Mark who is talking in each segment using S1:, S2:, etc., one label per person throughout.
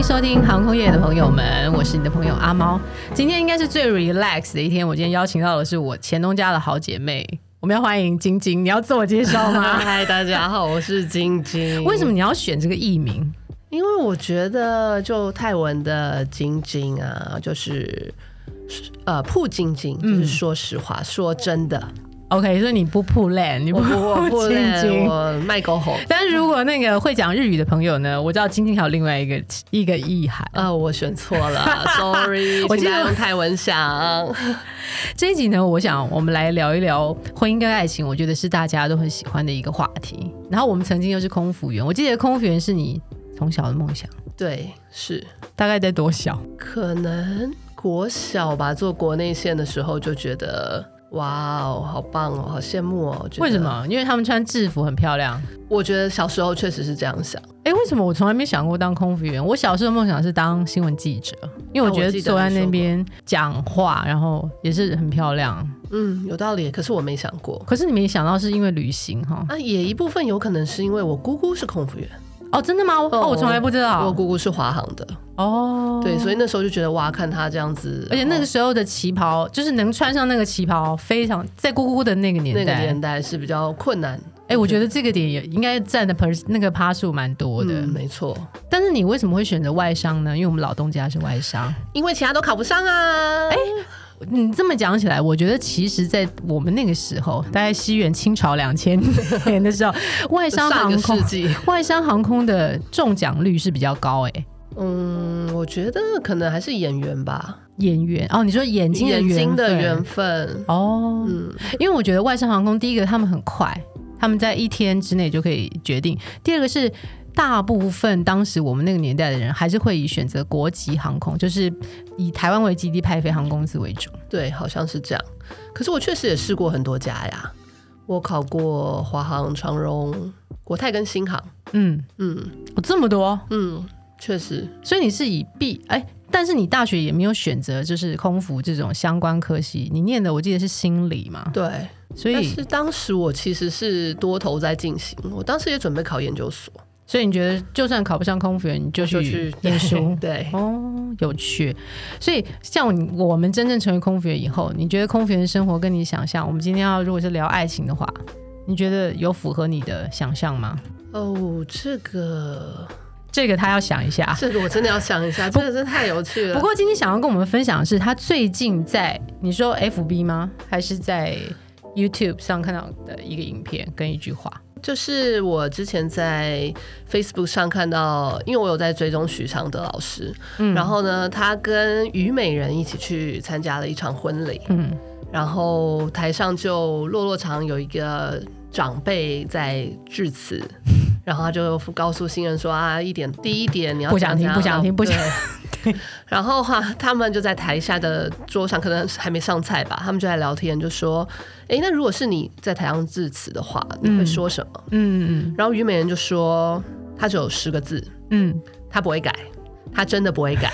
S1: 收听航空业的朋友们，我是你的朋友阿猫。今天应该是最 relax 的一天，我今天邀请到的是我前东家的好姐妹，我们要欢迎晶晶。你要自我介绍吗？
S2: 嗨，大家好，我是晶 晶。
S1: 为什
S2: 啊么？
S1: 么你要选这个艺名？
S2: 因为我觉得就泰文的晶晶啊，就是呃铺晶晶，就是说实话，说真的，
S1: OK，所以你不破烂，你不
S2: 我不我不
S1: 晶晶。
S2: 我卖狗吼。
S1: 但是如果那个会讲日语的朋友呢，我知道晶晶还有另外一个一个意涵。
S2: 呃，我选错了，sorry，
S1: 我记得
S2: 请大家用泰文想。
S1: 这一集呢，我想我们来聊一聊婚姻跟爱情，我觉得是大家都很喜欢的一个话题。然后我们曾经又是空服员，我记得空服员是你从小的梦想，
S2: 对，是
S1: 大概在多小？
S2: 可能国小吧，做国内线的时候就觉得。哇哦，好棒哦，好羡慕哦！觉得
S1: 为什？么？因为他们穿制服很漂亮。
S2: 我觉得小时候确实是这样想。
S1: 哎，为什么我从来没想过当空服员？我小时候梦想是当新闻记者，因为我
S2: 哦
S1: 觉
S2: 我
S1: 得
S2: 记得
S1: 坐在
S2: 你说
S1: 那边讲话，然后也是很漂亮。
S2: 嗯，有道理。可是我没想过，
S1: 可是你没想到是因为旅行哈？
S2: 啊，也一部分有可能是因为我姑姑是空服员，
S1: 哦，真的吗？我哦，我从来不知
S2: 我
S1: 道。
S2: 姑姑是华航的，
S1: 哦，
S2: 对，所以那时候就觉得哇，看她这样子，
S1: 而且那个
S2: 哦
S1: 时候的旗袍，就是能穿上那个旗袍，非常在姑姑的那个年
S2: 那个
S1: 代。
S2: 年代是比较困难
S1: 哎、我觉得这个点也应该占的 per 那个趴数蛮多的、
S2: 嗯没错，
S1: 但是你为什么会选择外商呢？因为我们老东家是外商。
S2: 因为其他都考不上啊。哎、
S1: 你这么讲起来，我觉得其实，在我们那个时候，大概西元清朝两千年的时候，外商
S2: 上一
S1: 航
S2: 个
S1: 空
S2: 世纪，
S1: 外商航空的中奖率是比较高哎、
S2: 嗯，我觉得可能还是眼缘吧，
S1: 演员哦，你说眼睛的
S2: 眼睛的
S1: 分
S2: 缘分。
S1: 哦，
S2: 嗯，
S1: 因为我觉得外商航空，第一个他们很快，他们在一天之内就可以决定；第二个是大部分当时我们那个年代的人还是会以选择国籍航空，就是以台湾为基地派飞航空公司为主。
S2: 对，好像是这样。可是我确实也试过很多家呀，我考过华航、长荣、国泰跟新航。
S1: 嗯，
S2: 嗯
S1: 哦，这么多，
S2: 嗯，确实，
S1: 所以你是以 B 哎。但是你大学也没有选择就是空服这种相关科系，你念的我记得是心理嘛，
S2: 对。
S1: 所
S2: 但
S1: 以
S2: 是当时我其实是多头在进行，我当时也准备考研究所，
S1: 所以你觉得就算考不上空服员，你就
S2: 就
S1: 去
S2: 去，
S1: 念书
S2: 对，
S1: 哦，有趣。所以像你我们真正成为空服员以后，你觉得空服员生活跟你想象，我们今天要如果是聊爱情的话，你觉得有符合你的想象吗？
S2: 哦，这个
S1: 这个他要想一下。
S2: 这个我真的要想一下，这个真的太有趣了。
S1: 啊不过今天想要跟我们分享的是，他最近在你说 FB 吗？还是在 YouTube 上看到的一个影片跟一句话？
S2: 就是我之前在 Facebook 上看到，因为我有在追踪许常德老师，
S1: 嗯
S2: 然后呢，他跟虞美人一起去参加了一场婚礼，
S1: 嗯，
S2: 然后台上就落落场有一个长辈在 致辞，然后他就告诉新人说啊，一点第一点你要
S1: 不想
S2: 怎样
S1: 听
S2: 怎样
S1: 不想听不想
S2: 对然后哈、他们就在台下的桌上，可能还没上菜吧，他们就在聊天，就说，哎，那如果是你在台上致辞的话，你会说什么？
S1: 嗯
S2: 然后虞美人就说，他只有十个字，
S1: 嗯嗯，
S2: 他不会改，他真的不会 改。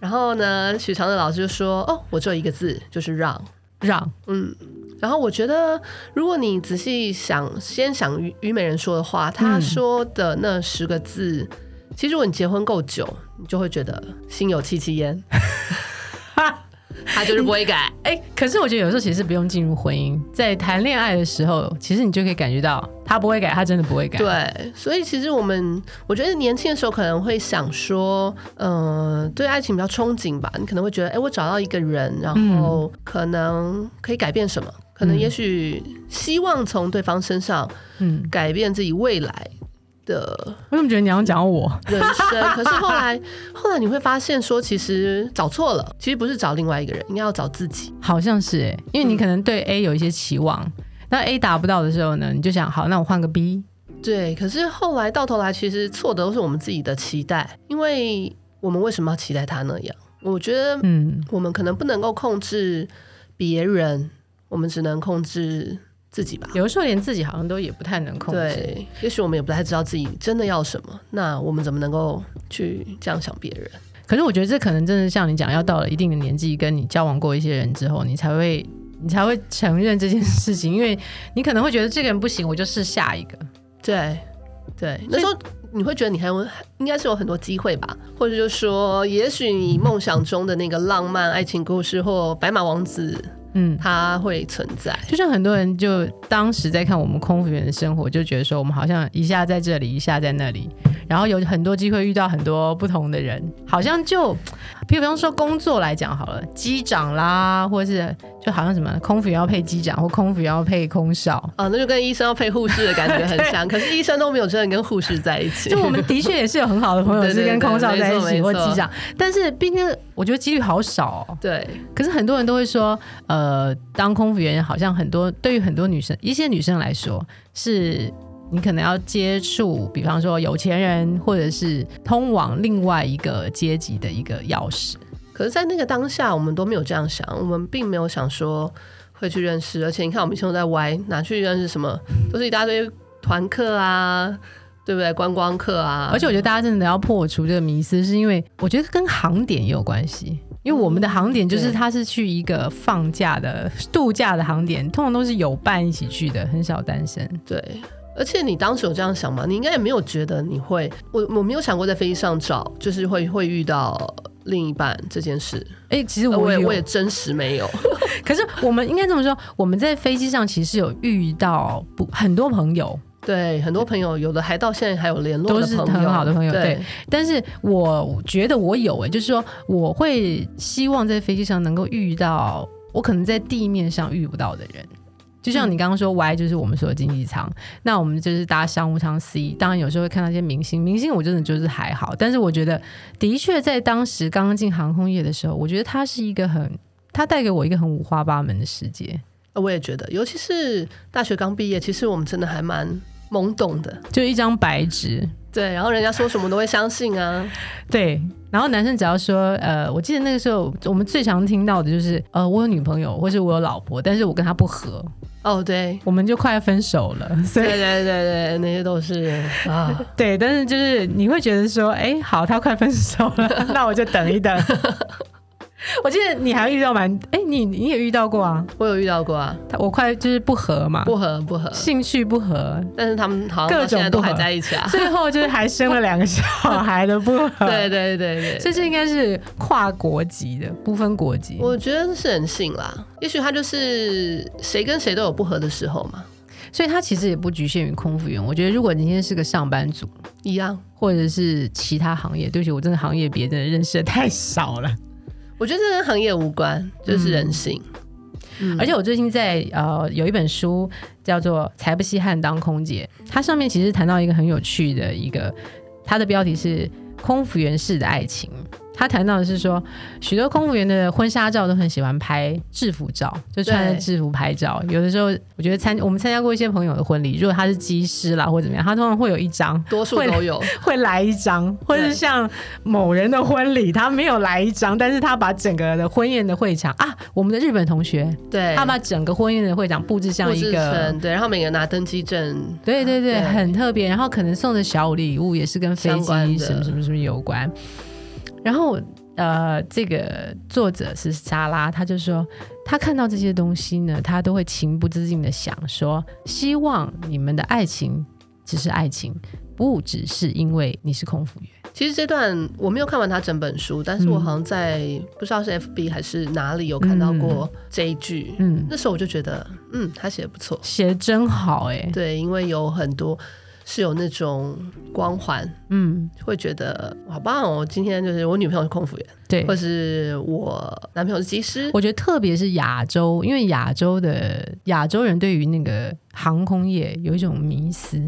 S2: 然后呢，许常德老师就说，哦，我只有一个字，就是让。
S1: 让
S2: 嗯，然后我觉得，如果你仔细想，先想虞虞美人说的话，她说的那十个字，其实如果你结婚够久，你就会觉得心有戚戚焉。 他就是不会改，
S1: 哎、可是我觉得有时候其实不用进入婚姻，在谈恋爱的时候，其实你就可以感觉到他不会改，他真的不会改。，
S2: 对，所以其实我们，我觉得年轻的时候可能会想说，嗯、对爱情比较憧憬吧。你可能会觉得，哎、我找到一个人，然后可能可以改变什么，可能也许希望从对方身上
S1: 嗯，
S2: 改变自己未来的
S1: 我怎么觉得你要讲我？
S2: 人生。可是后来，后来你会发现说，其实找错了，其实不是找另外一个人，应该要找自己。
S1: 好像是哎、因为你可能对 A 有一些期望，那 A 达不到的时候呢，你就想好，那我换个 B。
S2: 对，可是后来到头来，其实错的都是我们自己的期待，因为我们为什么要期待他那样？我觉得
S1: 嗯，
S2: 我们可能不能够控制别人，我们只能控制自己吧。
S1: 有的时候连自己好像都也不太能控制。
S2: 对，也许我们也不太知道自己真的要什么，那我们怎么能够去这样想别人？
S1: 可是我觉得这可能真的像你讲，要到了一定的年纪，跟你交往过一些人之后，你才会你才会承认这件事情，因为你可能会觉得这个人不行，我就试下一个。
S2: 对，对，
S1: 哎所以
S2: 那时候你会觉得你还有应该是有很多机会吧，或者就说，也许你梦想中的那个浪漫爱情故事或白马王子，
S1: 嗯，
S2: 它会存在。
S1: 就像很多人就当时在看我们空服员的生活，就觉得说我们好像一下在这里，一下在那里，然后有很多机会遇到很多不同的人，好像就，比方说工作来讲好了，机长啦，或是就好像什么空服员要配机长，或空服员要配空少。
S2: 啊，那就跟医生要配护士的感 觉很像，可是医生都没有真的跟护士在一起。
S1: 就我们的确也是有很好的朋友
S2: 对
S1: 是
S2: 对
S1: 跟
S2: 对
S1: 空少
S2: 没
S1: 在一
S2: 错
S1: 起
S2: 没
S1: 或
S2: 错
S1: 机长，但是毕竟我觉得几率好少、哦。
S2: 对，
S1: 可是很多人都会说，呃，当空服员好像很多对于很多女生，一些女生来说，是你可能要接触，比方说有钱人，或者是通往另外一个阶级的一个钥匙。
S2: 可是，在那个当下，我们都没有这样想，我们并没有想说会去认识，而且你看，我们以前都在歪，哪去认识什么，都是一大堆团课啊，对不对？观光课啊，
S1: 而且我觉得大家真的要破除这个迷思，是因为我觉得跟航点也有关系。因为我们的航点就是
S2: 嗯对
S1: 它是去一个放假的度假的航点，通常都是有伴一起去的，很少单身。
S2: 对。而且你当时有这样想吗？你应该也没有觉得你会，我我没有想过在飞机上找，就是会会遇到另一半这件事。
S1: 哎、其实
S2: 呃
S1: 我
S2: 我也
S1: 有
S2: 我也真实没有，
S1: 可是我们应该这么说，我们在飞机上其实有遇到不很多朋友，
S2: 对，很多 朋友有的还到现在还有联络
S1: 都
S2: 的
S1: 是
S2: 朋
S1: 很
S2: 友，
S1: 好的朋友
S2: 对
S1: 对但是我觉得我有哎、就是说我会希望在飞机上能够遇到我可能在地面上遇不到的人。就像你刚刚说，Y 就是我们说的经济舱，那我们就是搭商务舱 C。当然有时候会看到一些明星，明星我真的就是还好，但是我觉得的确在当时刚刚进航空业的时候，我觉得它是一个很，它带给我一个很五花八门的世界。
S2: 呃我也觉得，尤其是大学刚毕业，其实我们真的还蛮懵懂的。
S1: 就一张白纸。
S2: 对，然后人家说什么都会相信啊。
S1: 对，然后男生只要说，呃，我记得那个时候我们最常听到的就是，呃，我有女朋友，或是我有老婆，但是我跟他不合，
S2: 哦，对，
S1: 我们就快要分手了。 所
S2: 对
S1: 以
S2: 对对对，那些都是啊，
S1: 对，但是就是你会觉得说，哎，好，他快分手了， 那我就等一等。我记得你还遇到蛮，哎，你你也遇到过啊，
S2: 我有遇到过啊，
S1: 他我快就是不合嘛，
S2: 不合不合，
S1: 兴趣不合，
S2: 但是他们好像
S1: 各
S2: 到
S1: 种
S2: 现在都
S1: 不合
S2: 还在一 起啊。
S1: 最后就是还生了两个小孩的不合。
S2: 对对对
S1: 嗯所
S2: 对，
S1: 以这应该是跨国籍的，不分国籍。
S2: 我觉得是人性啦，也许他就是谁跟谁都有不合的时候嘛，
S1: 所以它其实也不局限于空服员。我觉得如果你今天是个上班族，
S2: 一样。
S1: 或者是其他行业，对不起，我真的行业别真的认识的太少了。
S2: 我觉得这跟行业无关，就是人性。嗯
S1: 而且我最近在呃有一本书叫做《才不稀罕当空姐》，它上面其实谈到一个很有趣的一个，它的标题是“空服员式的爱情”。它谈到的是说，许多空服员的婚纱照都很喜欢拍制服照，就穿着
S2: 对
S1: 制服拍照。有的时候，我觉得参我们参加过一些朋友的婚礼，如果他是机师啦或怎么样，他通常会有一张
S2: 多数
S1: 会
S2: 都有，
S1: 会来一张，或者
S2: 对
S1: 像某人的婚礼，他没有来一张，但是他把整个的婚宴的会场啊，我们的日本同学，
S2: 对，
S1: 他把整个婚宴的会场布置像
S2: 布
S1: 一
S2: 置
S1: 个
S2: 成，对，然后每个人拿登机证，
S1: 对对对，
S2: 对
S1: 很特别。然后可能送的小礼物也是跟飞机
S2: 相关的
S1: 什么什么什么有关。然后呃，这个作者是莎拉，他就说他看到这些东西呢，他都会情不自禁的想说，希望你们的爱情只是爱情，不只是因为你是空服员。
S2: 其实这段我没有看完他整本书，但是我好像在、不知道是 FB 还是哪里有看到过这一句。
S1: 嗯，
S2: 那时候我就觉得，嗯，他写的不错。
S1: 写得真好哎、
S2: 对，因为有很多是有那种光环，
S1: 嗯，
S2: 会觉得好棒哦。今天就是我女朋友是空服员，
S1: 对
S2: 或，是我男朋友是技师。
S1: 我觉得特别是亚洲，因为亚洲的亚洲人对于那个航空业有一种迷思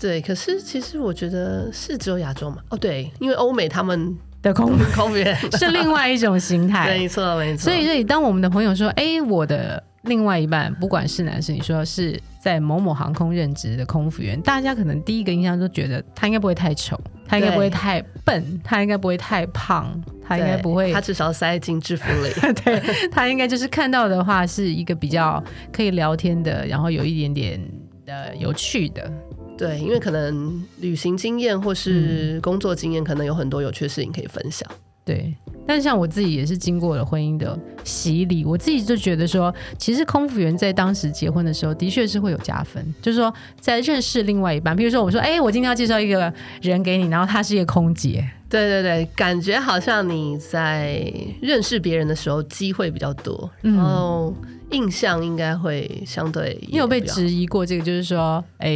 S2: 对，可是其实我觉得是只有亚洲嘛。哦，对，因为欧美他们
S1: 的空服
S2: 空服员，
S1: 是另外一种形态，
S2: 没错没错。
S1: 所以所以当我们的朋友说，哎，我的另外一半不管是男是女，说是在某某航空任职的空服员，大家可能第一个印象都觉得他应该不会太丑，他应该不会
S2: 对
S1: 太笨，他应该不会太胖，他应该
S2: 对
S1: 不会
S2: 他至少塞进制服里。
S1: 对他应该就是看到的话是一个比较可以聊天的，然后有一点点呃有趣的，
S2: 对，因为可
S1: 嗯
S2: 能旅行经验或是工作经验，可能有很多有趣的事情可以分享。
S1: 对。但是像我自己也是经过了婚姻的洗礼，我自己就觉得说，其实空服员在当时结婚的时候，的确是会有加分，就是说在认识另外一半，比如说我说，哎、我今天要介绍一个人给你，然后她是一个空姐，
S2: 对对对，感觉好像你在认识别人的时候机会比较多，
S1: 嗯
S2: 然后印象应该会相对也比较。
S1: 你有被质疑过这个？就是说，哎、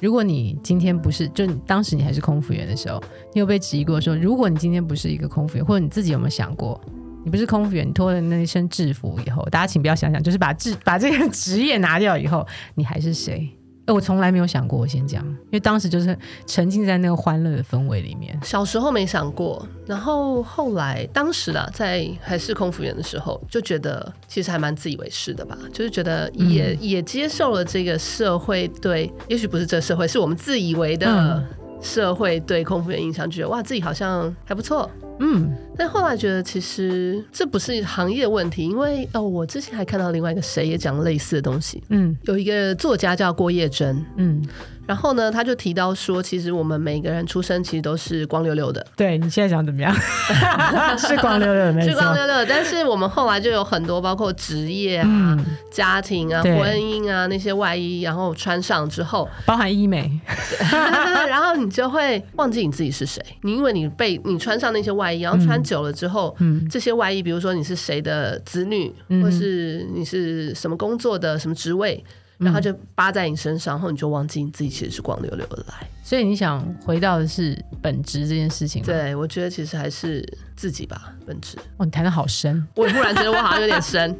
S1: 如果你今天不是，就你当时你还是空服员的时候，你有被质疑过说，如果你今天不是一个空服员，或者你自己有没有想过，你不是空服员，你脱了那一身制服以后，大家请不要想想，就是把制把这个 职业拿掉以后，你还是谁？哎，我从来没有想过，我先讲，因为当时就是沉浸在那个欢乐的氛围里面。
S2: 小时候没想过，然后后来当时啦，在还是空服员的时候，就觉得其实还蛮自以为是的吧，就是觉得也、也接受了这个社会对，也许不是这社会，是我们自以为的
S1: 嗯
S2: 社会对空服员印象，就觉得哇自己好像还不错，
S1: 嗯，
S2: 但后来觉得其实这不是行业问题，因为哦，我之前还看到另外一个谁也讲类似的东西，
S1: 嗯
S2: 有一个作家叫郭叶真，
S1: 嗯，
S2: 然后呢，他就提到说，其实我们每个人出生其实都是光溜溜的，
S1: 对你现在想怎么样？ 是光溜溜的没
S2: 是
S1: 错
S2: 光溜溜的，但是我们后来就有很多包括职业啊、
S1: 嗯，
S2: 家庭啊、
S1: 对
S2: 婚姻啊那些外衣，然后穿上之 后，
S1: 包含医美，
S2: 然后你就会忘记你自己是谁，你因为你被你穿上那些外衣，然后穿久了之后，
S1: 嗯
S2: 这些外衣，比如说你是谁的子女，
S1: 嗯
S2: 或是你是什么工作的什么职位，然后就扒在你身上，然后你就忘记你自己其实是光溜溜的来。
S1: 所以你想回到的是本质这件事情吗？
S2: 对我觉得其实还是自己吧，本质。
S1: 哦，你谈的好深。
S2: 我忽然觉得我好像有点 深，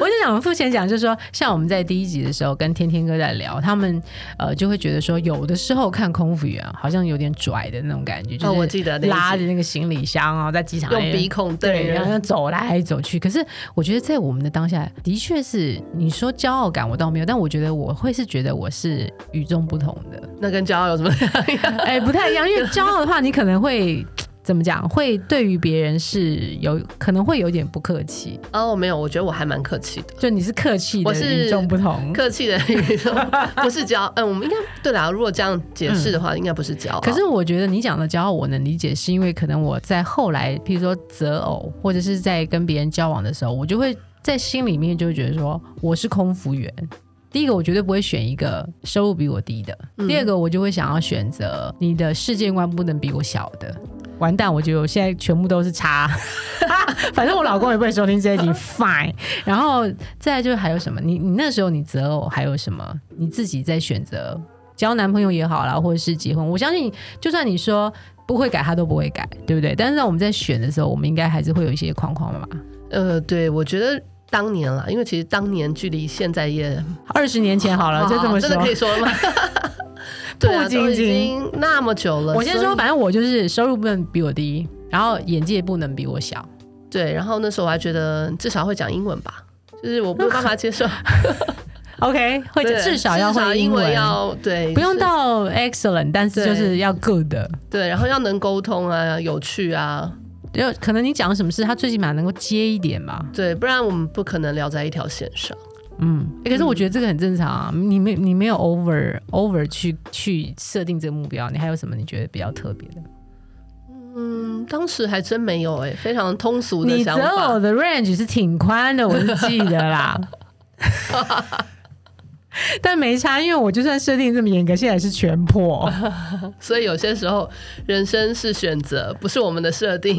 S1: 我就想付钱讲，就是说，像我们在第一集的时候跟天天哥在聊，他们呃就会觉得说，有的时候看空服员啊，好像有点拽的那种感觉，就是、
S2: 哦我记得那一集
S1: 拉着那个行李箱啊，在机场
S2: 用鼻孔对
S1: 对，然
S2: 人。
S1: 后走来走去。可是我觉得在我们的当下，的确是你说骄傲感我倒没有，但我觉得我会是觉得我是与众不同的。
S2: 那跟骄傲有什么两样？
S1: 哎、不太一样，因为骄傲的话，你可能会怎么讲？会对于别人是有可能会有点不客气，
S2: 哦，没有，我觉得我还蛮客气的，
S1: 就你是客气的
S2: 我是
S1: 与众不同。
S2: 客气的语中不是骄傲。嗯，我们应该对啦，如果这样解释的话，应该不是骄傲。
S1: 嗯
S2: 啊
S1: 可是我觉得你讲的骄傲，我能理解，是因为可能我在后来，譬如说择偶，或者是在跟别人交往的时候，我就会在心里面就会觉得说，我是空服员。第一个，我绝对不会选一个收入比我低的；
S2: 嗯
S1: 第二个，我就会想要选择你的世界观不能比我小的。完蛋，我觉得我现在全部都是差， 反正我老公也不会收听这一集，fine。然后再来就是还有什么？你你那时候你择偶还有什么？你自己在选择交男朋友也好啦，或者是结婚，我相信就算你说不会改，他都不会改，对不对？但是在我们在选的时候，我们应该还是会有一些框框吧。
S2: 呃，对，我觉得当年啦，因为其实当年距离现在也
S1: 二十年前 好了，就这么说
S2: 真的。可以说了吗？ 对啊，
S1: 不仅
S2: 都已
S1: 仅
S2: 经那么久了。
S1: 我先
S2: 所
S1: 说，
S2: 以
S1: 反正我就是收入不能比我低，然后眼界不能比我小。
S2: 对，然后那时候我还觉得至少会讲英文吧，就是我没有办法接受，
S1: OK，会
S2: 对
S1: 至少要会
S2: 英
S1: 英文，
S2: 要对，
S1: 不用
S2: 到
S1: 到 excellent，但是
S2: 对
S1: 就是要 good。
S2: 对，然后要能沟通啊，有趣啊，
S1: 就可能你讲什么事，他最起码能够接一点吧。
S2: 对，不然我们不可能聊在一条线上。
S1: 嗯、欸可是我觉得这个很正常啊。你没你没有 over over 去去设定这个目标，你还有什么你觉得比较特别的？
S2: 嗯，当时还真没有哎、非常通俗的
S1: 你
S2: 想
S1: 择偶
S2: 法。
S1: 的 range 是挺宽的，我是记得 啦。但没差，因为我就算设定这么严格，现在也是全破。
S2: 所以有些时候，人生是选择，不是我们的设定。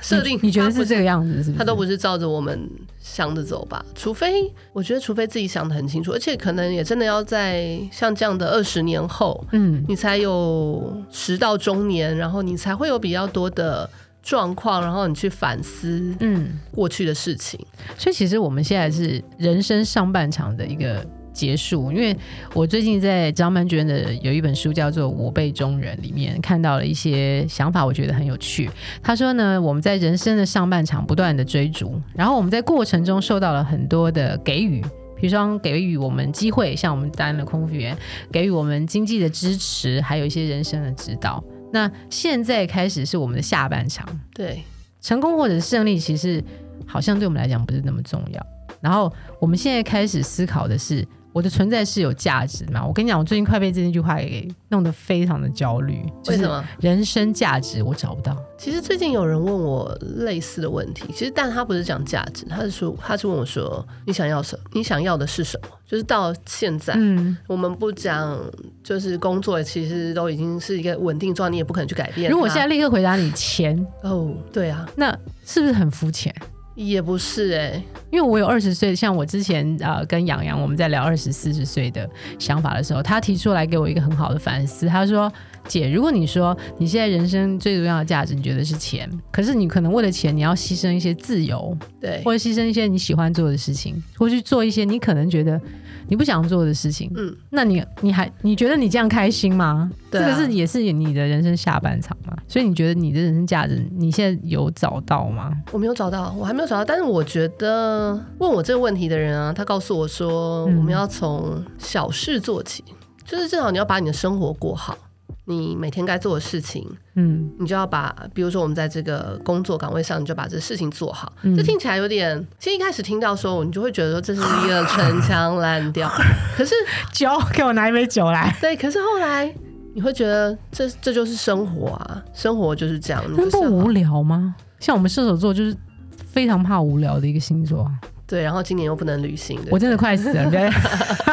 S2: 设定
S1: 你觉得
S2: 它不
S1: 是这个样子是不是？
S2: 他都不是照着我们想的走吧？除非我觉得，除非自己想的很清楚，而且可能也真的要在像这样的二十年后，
S1: 嗯
S2: 你才有十到中年，然后你才会有比较多的状况，然后你去反思
S1: 嗯，
S2: 过去的事情。
S1: 所以其实我们现在是人生上半场的一个结束，因为我最近在张曼娟的有一本书叫做《我辈中人》里面看到了一些想法，我觉得很有趣。她说呢，我们在人生的上半场不断的追逐，然后我们在过程中受到了很多的给予。比如说给予我们机会，像我们担任了空服员，给予我们经济的支持，还有一些人生的指导。那现在开始是我们的下半场，
S2: 对，
S1: 成功或者胜利，其实好像对我们来讲不是那么重要。然后我们现在开始思考的是，我的存在是有价值的嘛？我跟你讲，我最近快被这句话给弄得非常的焦虑。就
S2: 为什
S1: 是
S2: 么？
S1: 人生价值我找不到，
S2: 其实最近有人问我类似的问题，其实但他不是讲价值，他是说他是问我说你想要什么？你想要的是什么？就是到现在，
S1: 嗯，
S2: 我们不讲，就是工作其实都已经是一个稳定状态，你也不可能去改变它。
S1: 如果我现在立刻回答你钱，
S2: 哦，对啊，
S1: 那是不是很肤浅？
S2: 也不是哎、
S1: 因为我有二十岁，像我之前呃跟洋洋我们在聊二十四十岁的想法的时候，他提出来给我一个很好的反思。他说：“姐，如果你说你现在人生最重要的价值，你觉得是钱，可是你可能为了钱，你要牺牲一些自由，
S2: 对，
S1: 或者牺牲一些你喜欢做的事情，或去做一些你可能觉得你不想做的事情。
S2: 嗯，
S1: 那你你还你觉得你这样开心吗？
S2: 对啊
S1: 这个是也是你的人生下半场嘛？所以你觉得你的人生价值，你现在有找到吗？
S2: 我没有找到，我还没有找到。但是我觉得问我这个问题的人啊，他告诉我说，
S1: 嗯
S2: 我们要从小事做起，就是至少你要把你的生活过好，你每天该做的事情，
S1: 嗯，
S2: 你就要把，比如说我们在这个工作岗位上，你就把这事情做好。
S1: 嗯
S2: 这听起来有点，其实一开始听到的时候，你就会觉得说这是一个陈腔 滥调，可是
S1: 酒，给我拿一杯酒来。”
S2: 对，可是后来你会觉得这这就是生活啊，生活就是这样，你
S1: 那
S2: 就是
S1: 不
S2: 要
S1: 无聊吗？像我们射手座就是非常怕无聊的一个星座啊，
S2: 对，然后今年又不能旅行，对
S1: 我真的快死了。对，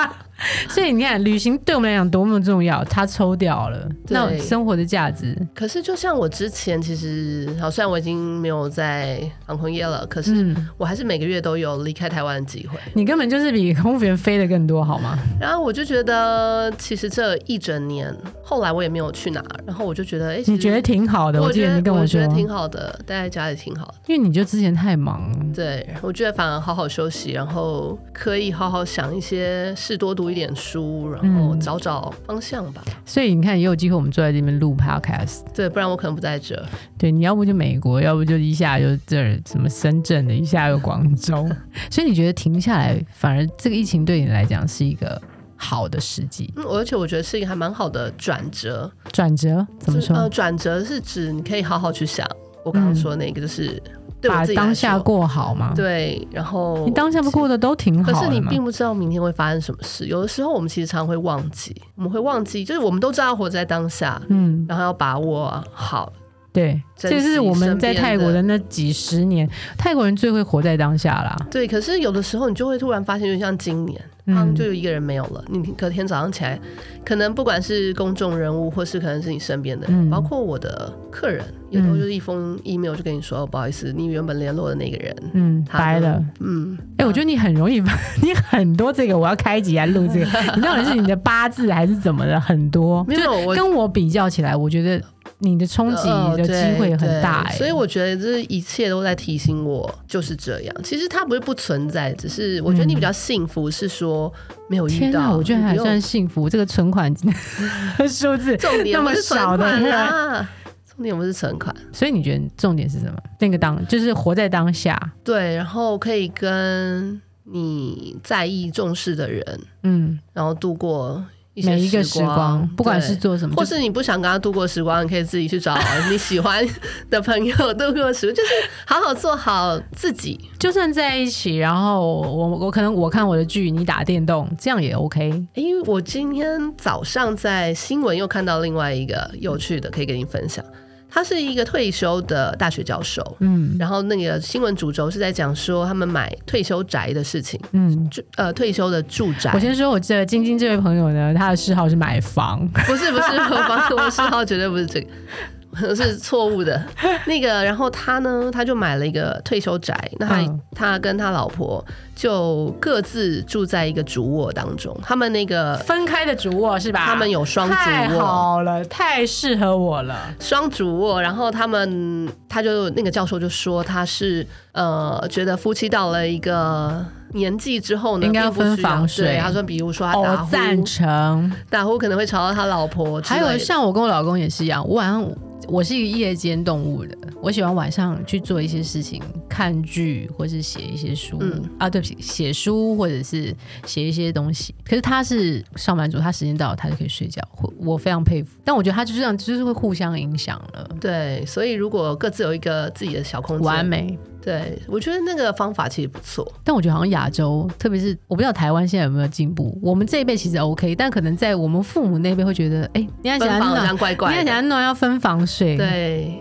S1: 所以你看，旅行对我们来讲多么重要，它抽掉了，
S2: 对
S1: 那生活的价值，
S2: 可是就像我之前，其实好，虽然我已经没有在航空业了，可是
S1: 嗯，
S2: 我还是每个月都有离开台湾的机会。
S1: 你根本就是比空服员飞的更多，好吗？
S2: 然后我就觉得，其实这一整年，后来我也没有去哪儿，然后我就觉得，哎、其
S1: 你
S2: 实
S1: 觉得？挺好的，
S2: 我
S1: 记
S2: 觉
S1: 得你跟
S2: 我
S1: 说
S2: 觉，得挺好的，待在家里挺好的。
S1: 因为你就之前太忙了。
S2: 对，我觉得反而好好休息，然后可以好好想一些事，多读一点书，然后
S1: 嗯
S2: 找找方向吧。
S1: 所以你看，也有机会我们坐在这边录 podcast。
S2: 对，不然我可能不在这。
S1: 对，你要不就美国，要不就一下就这儿什么深圳的，一下又广州。所以你觉得停下来，反而这个疫情对你来讲是一个好的时机
S2: 嗯，而且我觉得是一个还蛮好的转折。
S1: 转折？怎么
S2: 就是呃，
S1: 说？
S2: 转折是指你可以好好去想我刚刚说那个，就是、呃对
S1: 嗯
S2: 我
S1: 把
S2: 自己来
S1: 当下
S2: 说
S1: 过好吗？，
S2: 对，然后
S1: 你当下不过得都挺
S2: 可
S1: 好
S2: 是
S1: 的
S2: 你
S1: 嘛。
S2: 并不知道明天会发生什么事。有的时候我们其实常会忘记，我们会忘记，就是我们都知道要活在当下，
S1: 嗯，
S2: 然后要把握好。
S1: 对，
S2: 珍惜
S1: 这是我们在
S2: 身边的
S1: 泰国的那几十年，泰国人最会活在当下啦。
S2: 对，可是有的时候你就会突然发现，就像今年，
S1: 嗯
S2: 嗯，就有一个人没有了。你隔天早上起来，可能不管是公众人物，或是可能是你身边的人，
S1: 嗯
S2: 包括我的客人，也都
S1: 嗯
S2: 就是一封 email 就跟你说，哦不好意思，你原本联络的那个人，
S1: 嗯，
S2: 他
S1: 白了。
S2: 嗯，
S1: 哎、我觉得你很容易， 你很多这个，我要开一集来录这个。你到底是你的八字还是怎么的？很多，
S2: 没有我
S1: 跟我哦比较起来，我觉得你的冲击
S2: 呃
S1: 的机会很大、
S2: 哦对
S1: 欸
S2: 对所以我觉得这一切都在提醒我就是这样。其实它不是不存在，只是我觉得你比较幸福是说没有遇
S1: 天
S2: 到。
S1: 哪，我居然还
S2: 你不用
S1: 算幸福，这个存款 数字。
S2: 重点
S1: 那么
S2: 不是存
S1: 少的
S2: 款
S1: 人
S2: 啦，重点不是存款。
S1: 所以你觉得重点是什么？那个当就是活在当下，
S2: 对，然后可以跟你在意重视的人，
S1: 嗯，
S2: 然后度过一些
S1: 每一个时光，不管是
S2: 对
S1: 做什么，
S2: 或
S1: 就是
S2: 你不想跟他度过时光，你可以自己去找啊你喜欢的朋友度过时光，就是好好做好自己。
S1: 就算在一起，然后我我可能我看我的剧，你打电动，这样也 OK。
S2: 哎，我今天早上在新闻又看到另外一个有趣的，可以跟你分享。他是一个退休的大学教授，
S1: 嗯
S2: 然后那个新闻主轴是在讲说他们买退休宅的事情，
S1: 嗯，
S2: 住呃退休的住宅。
S1: 我先说我这晶晶这位朋友呢，他的嗜好是买房，
S2: 不是不是，我帮我嗜好绝对不是这个，是错误的。那个，然后他呢，他就买了一个退休宅，那他、
S1: 嗯
S2: 他跟他老婆就各自住在一个主卧当中，他们那个
S1: 分开的主卧是吧？
S2: 他们有双主
S1: 太
S2: 卧。
S1: 好了，太适合我了。
S2: 双主卧，然后他们，他就那个教授就说他是呃，觉得夫妻到了一个年纪之后呢，
S1: 应该要
S2: 并不需
S1: 分房睡
S2: 对，他说，比如说他打
S1: 哦，
S2: 呼，
S1: 赞成。
S2: 打呼可能会吵到他老婆之
S1: 还
S2: 类的，
S1: 有像我跟我老公也是一样，我晚上我是一个夜间动物的，我喜欢晚上去做一些事情，看剧或是写一些书、
S2: 嗯
S1: 啊，对不起，写书或者是写一些东西。可是他是上班族，他时间到了他就可以睡觉，我我非常佩服。但我觉得他就是这样，就是会互相影响了，
S2: 对，所以如果各自有一个自己的小空间，
S1: 完美。
S2: 对，我觉得那个方法其实不错。
S1: 但我觉得好像亚洲，特别是我不知道台湾现在有没有进步，我们这一辈其实 OK，但可能在我们父母那辈会觉得，哎、你要
S2: 分
S1: 讲
S2: 房好
S1: 暖，
S2: 像怪
S1: 你
S2: 怪
S1: 要
S2: 的，
S1: 讲暖要分房睡，，
S2: 对。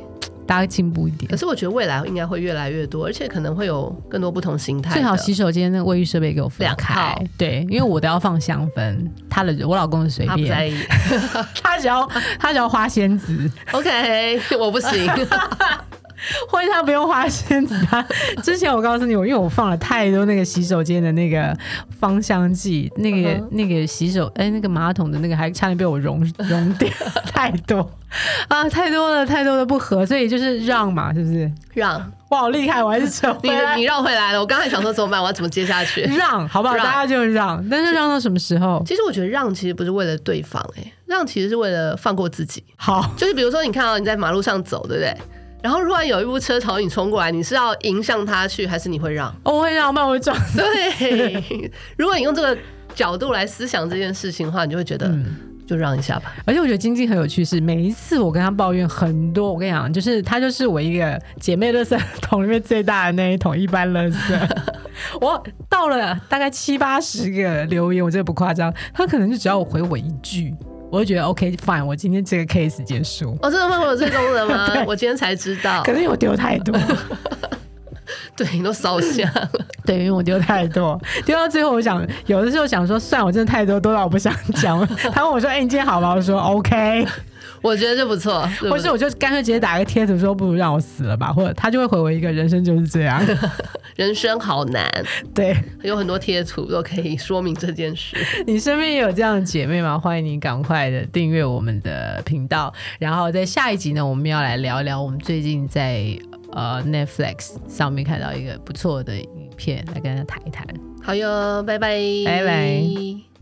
S1: 大家进步一点
S2: 可。是我觉得未来应该会越来越多，而且可能会有更多不同形态的。
S1: 最好洗手间那个卫浴设备给我分
S2: 两
S1: 开
S2: 套，
S1: 对，因为我的要放香氛，他的我老公的随
S2: 他不在
S1: 便，
S2: 意。
S1: 他只要他只要花仙 子，
S2: OK，我 不行。
S1: 或者他不用花仙子。他之前我告诉你，我因为我放了太多那个洗手间的那个芳香剂，那个、
S2: 嗯哼
S1: 那个洗手哎、那个马桶的那个还差点被我溶 溶掉，太多啊，太多了，太多的不合，所以就是让嘛，是不是？
S2: 让
S1: 哇，好厉害，我还是扯
S2: 你
S1: 回来嗯
S2: 你绕回来了，我刚才想说怎么办，我要怎么接下去？
S1: 让，好不好？
S2: 让
S1: 大家就让，但是让到什么时候？
S2: 其实我觉得让其实不是为了对方、欸，让其实是为了放过自己。
S1: 好，
S2: 就是比如说，你看到你在马路上走，对不对？然后突然有一部车朝你冲过来，你是要迎向他去，还是你会让？
S1: 哦我会让，不然我会撞死。
S2: 对，如果你用这个角度来思想这件事情的话，你就会觉得、
S1: 嗯
S2: 就让一下吧。
S1: 而且我觉得晶晶很有趣，是每一次我跟她抱怨很多，我跟你讲，就是她就是我一个姐妹垃圾桶里面最大的那一桶一般垃圾。 我到了大概七八十个留言，我这个不夸张，她可能就只要我回我一句，我就觉得 OK fine，我今天这个 case 结束。
S2: 哦，真的吗？我有最终人吗
S1: 对？
S2: 我今天才知道
S1: 可，能因为我丢太多，
S2: 对你都烧香，
S1: 对，因为我丢太多，丢到最后，我想有的时候想说，算了我真的太多，多到我不想 讲。她问我说：“哎、你今天好吗？”我说：“OK。”
S2: 我觉得这不错。这不
S1: 或是我就干脆直接打一个贴图说不如让我死了吧，或者他就会回我一个人生就是这 样。
S2: 人生好难，
S1: 对
S2: 有很多贴图都可以说明这件事。
S1: 你身边也有这样的姐妹吗？欢迎你赶快的订阅我们的频道，然后在下一集呢，我们要来聊一聊我们最近在呃 Netflix 上面看到一个不错的影片，来跟大家谈一谈。
S2: 好哟，拜拜，
S1: 拜拜。